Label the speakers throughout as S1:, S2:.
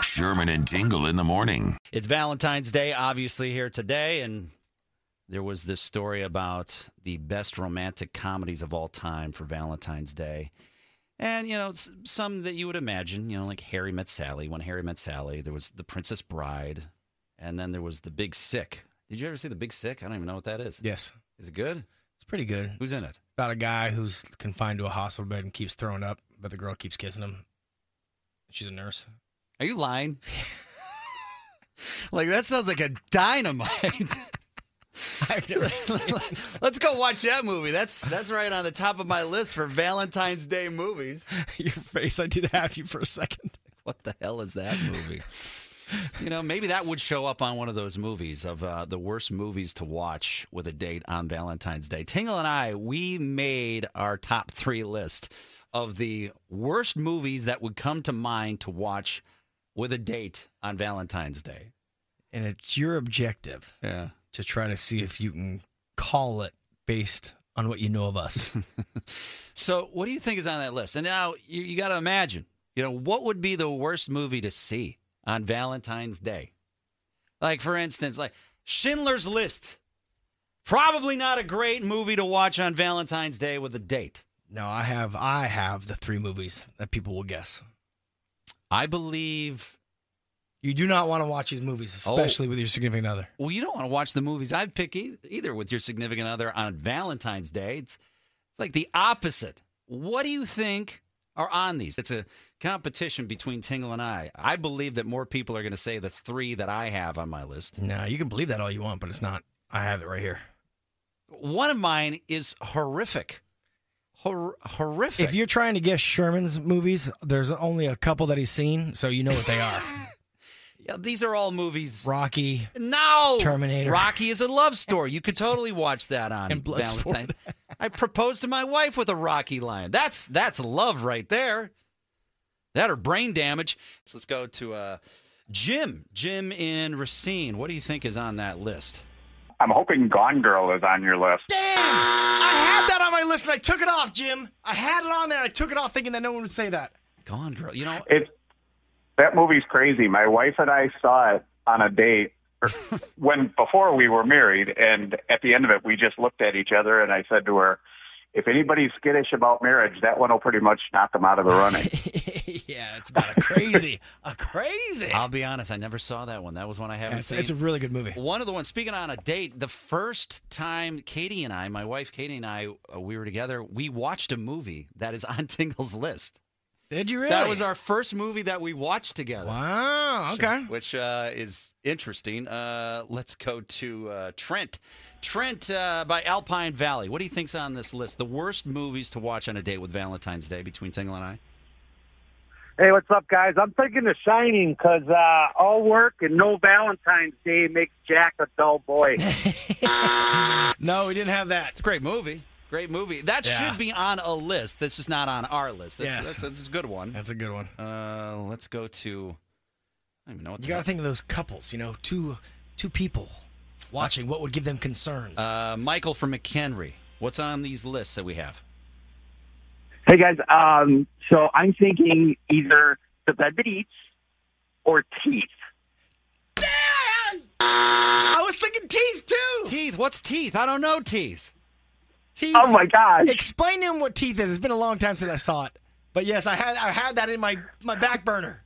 S1: Sherman and Tingle in the morning.
S2: It's Valentine's Day, obviously, here today, and there was this story about the best romantic comedies of all time for Valentine's Day. And, you know, s- some that you would imagine, you know, like Harry Met Sally. When Harry Met Sally, there was The Princess Bride, and then there was The Big Sick. Did you ever see The Big Sick? I don't even know what that is.
S3: Yes,
S2: Is it good?
S3: it's pretty good.
S2: Who's in it?
S3: About a guy who's confined to a hospital bed and keeps throwing up, but the girl keeps kissing him. She's a nurse.
S2: Are you lying? like, that sounds like a dynamite.
S3: I've never seen it.
S2: Let's go watch that movie. That's that's right on the top of my list for Valentine's Day movies.
S3: your face. I did have you for a second.
S2: What the hell is that movie? You know, maybe that would show up on one of those movies of uh, the worst movies to watch with a date on Valentine's Day. Tingle and I, we made our top three list of the worst movies that would come to mind to watch with a date on Valentine's Day.
S3: And it's your objective
S2: Yeah.
S3: to try to see if you can call it based on what you know of us.
S2: So, what do you think is on that list? And now you, you got to imagine, you know, what would be the worst movie to see on Valentine's Day? Like, for instance, like Schindler's List. Probably not a great movie to watch on Valentine's Day with a date.
S3: no, I have. I have the three movies that people will guess.
S2: I believe.
S3: You do not want to watch these movies,
S2: Oh.
S3: especially with your significant other.
S2: Well, you don't want to watch the movies I'd pick e- either with your significant other on Valentine's Day. It's, it's like the opposite. What do you think are on these? It's a competition between Tingle and I. I believe that more people are going to say the three that I have on my list.
S3: No, you can believe that all you want, but it's not. I have it right here.
S2: One of mine is horrific. Hor- horrific.
S3: If you're trying to guess Sherman's movies, there's only a couple that he's seen, so you know what they are.
S2: yeah, these are all movies.
S3: Rocky.
S2: No,
S3: Terminator.
S2: Rocky is a love story. You could totally watch that on
S3: And Bloodsport.
S2: Valentine. I proposed to my wife with a Rocky line. That's that's love right there. That or brain damage. So let's go to uh, Jim. Jim in Racine. What do you think is on that list?
S4: I'm hoping Gone Girl is on your list.
S3: Damn! I had that on my list and I took it off, Jim. I had it on there. I took it off thinking that no one would say that.
S2: Gone girl. You know,
S4: It's that movie's crazy. My wife and I saw it on a date or- when before we were married, and at the end of it, we just looked at each other, and I said to her, "If anybody's skittish about marriage, that one will pretty much knock them out of the running."
S3: yeah, it's about a crazy, a crazy.
S2: I'll be honest. I never saw that one. That was one I haven't
S3: It's,
S2: seen.
S3: it's a really good movie.
S2: One of the ones, speaking on a date, the first time Katie and I, my wife Katie and I, uh, we were together, we watched a movie that is on Tingle's list.
S3: Did you really?
S2: That was our first movie that we watched together.
S3: Wow. Okay.
S2: Which uh, is interesting. Uh, let's go to uh, Trent. Trent uh, by Alpine Valley. What do you think's on this list? The worst movies to watch on a date with Valentine's Day between Tingle and I?
S5: Hey, what's up, guys? I'm thinking The Shining because uh, all work and no Valentine's Day makes Jack a dull boy.
S3: No, we didn't have that.
S2: It's a great movie. Great movie. That
S3: Yeah.
S2: should be on a list. This is not on our list. That's,
S3: Yes.
S2: that's, that's a good one.
S3: That's a good one.
S2: Uh, let's go to. I don't even know what the
S3: You got to think of those couples. You know, two two people watching. What would give them concerns?
S2: Uh, Michael from McHenry. What's on these lists that we have?
S5: hey, guys. Um, so I'm thinking either The Bed That Eats or Teeth.
S3: I was thinking teeth too.
S2: Teeth. What's teeth? I don't know teeth.
S3: Teeth.
S5: Oh, my gosh.
S3: Explain to him what teeth is. It's been a long time since I saw it. But yes, I had I had that in my my back burner.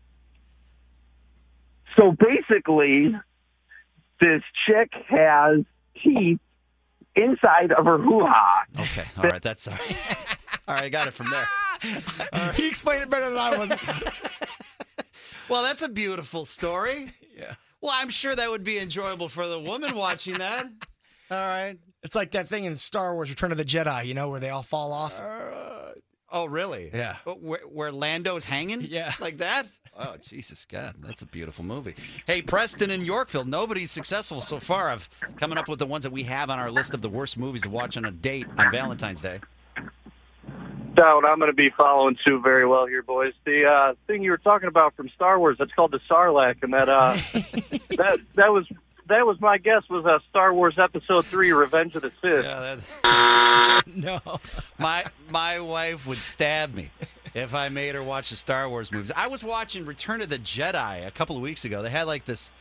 S5: So basically, this chick has teeth inside of her hoo ha.
S2: Okay. All right. That's all right. All right. I got it from there. Uh-huh.
S3: He explained it better than I was.
S2: Well, that's a beautiful story.
S3: yeah.
S2: Well, I'm sure that would be enjoyable for the woman watching that. All right.
S3: It's like that thing in Star Wars Return of the Jedi, you know, where they all fall off.
S2: Oh, really? Oh,
S3: Yeah.
S2: Where, where Lando's hanging?
S3: Yeah.
S2: Like that? Oh, Jesus God, that's a beautiful movie. Hey, Preston in Yorkville, nobody's successful so far of coming up with the ones that we have on our list of the worst movies to watch on a date on Valentine's Day.
S5: Doubt I'm going to be following suit very well here, boys. The uh, thing you were talking about from Star Wars that's called the Sarlacc, and that uh, that that was that was my guess was uh, Star Wars Episode Three: Revenge of the Sith.
S2: Yeah, that... no. My my wife would stab me if I made her watch the Star Wars movies. I was watching Return of the Jedi a couple of weeks ago. They had like this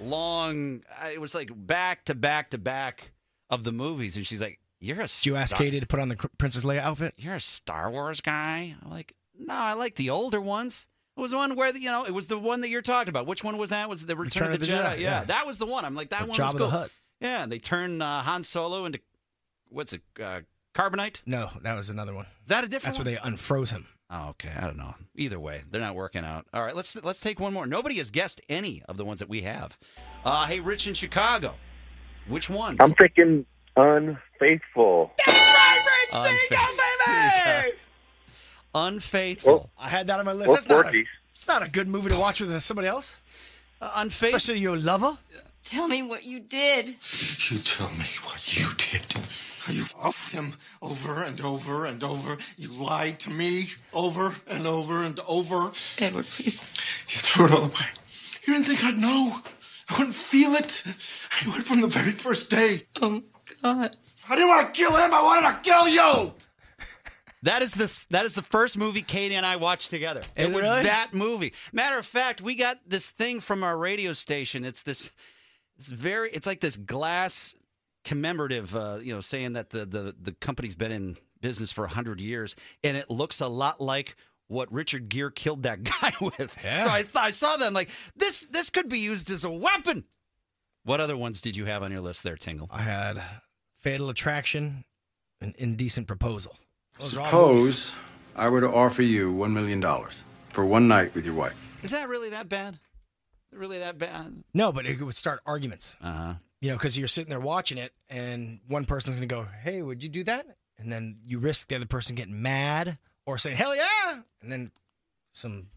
S2: long. uh, It was like back to back to back of the movies, and she's like, "You're a
S3: Did you ask
S2: Star-
S3: Katie to put on the cr- Princess Leia outfit?
S2: You're a Star Wars guy." I'm like, "No, I like the older ones." It was the one where the, you know it was the one that you're talking about. Which one was that? Was it the Return, of the, Jedi? Yeah. that was the one. I'm like that
S3: Or
S2: one
S3: Jabba
S2: was
S3: the
S2: cool.
S3: Hutt?
S2: Yeah, and they turn uh, Han Solo into what's it? Uh, carbonite?
S3: No, that was another one.
S2: Is that a different?
S3: That's
S2: one?
S3: where they unfroze him.
S2: Oh, okay. I don't know. Either way, they're not working out. All right, let's let's take one more. Nobody has guessed any of the ones that we have. Uh, hey, Rich in Chicago, which ones?
S6: I'm thinking unfaithful.
S2: Unfa- Unfaithful.
S3: I had that on my list.
S6: Or
S3: That's not, a,
S6: Porky.
S3: it's not a good movie to watch with somebody else,
S2: Uh, unfaithful.
S3: especially your lover.
S7: Tell me what you did.
S8: You tell me what you did. You offed him over and over and over. You lied to me over and over and over.
S7: Edward, please.
S8: You threw it all away. You didn't think I'd know. I wouldn't feel it. I knew it from the very first day.
S7: Oh, God.
S8: I didn't want to kill him. I wanted to kill you.
S2: That is this. That is the first movie Katie and I watched together. It was
S3: Really?
S2: that movie. Matter of fact, we got this thing from our radio station. It's this. It's very. It's like this glass commemorative. Uh, you know, saying that the the the company's been in business for hundred years, and it looks a lot like what Richard Gere killed that guy with.
S3: Yeah.
S2: So I th- I saw them like this. This could be used as a weapon. What other ones did you have on your list there, Tingle?
S3: I had Fatal Attraction and Indecent Proposal. Those are all movies.
S9: Suppose I were to offer you $1 million for one night with your wife.
S2: Is that really that bad? Is it Really that bad?
S3: No, but it would start arguments.
S2: Uh huh.
S3: You know, because you're sitting there watching it, and one person's going to go, "Hey, would you do that?" And then you risk the other person getting mad or saying, "Hell yeah!" And then some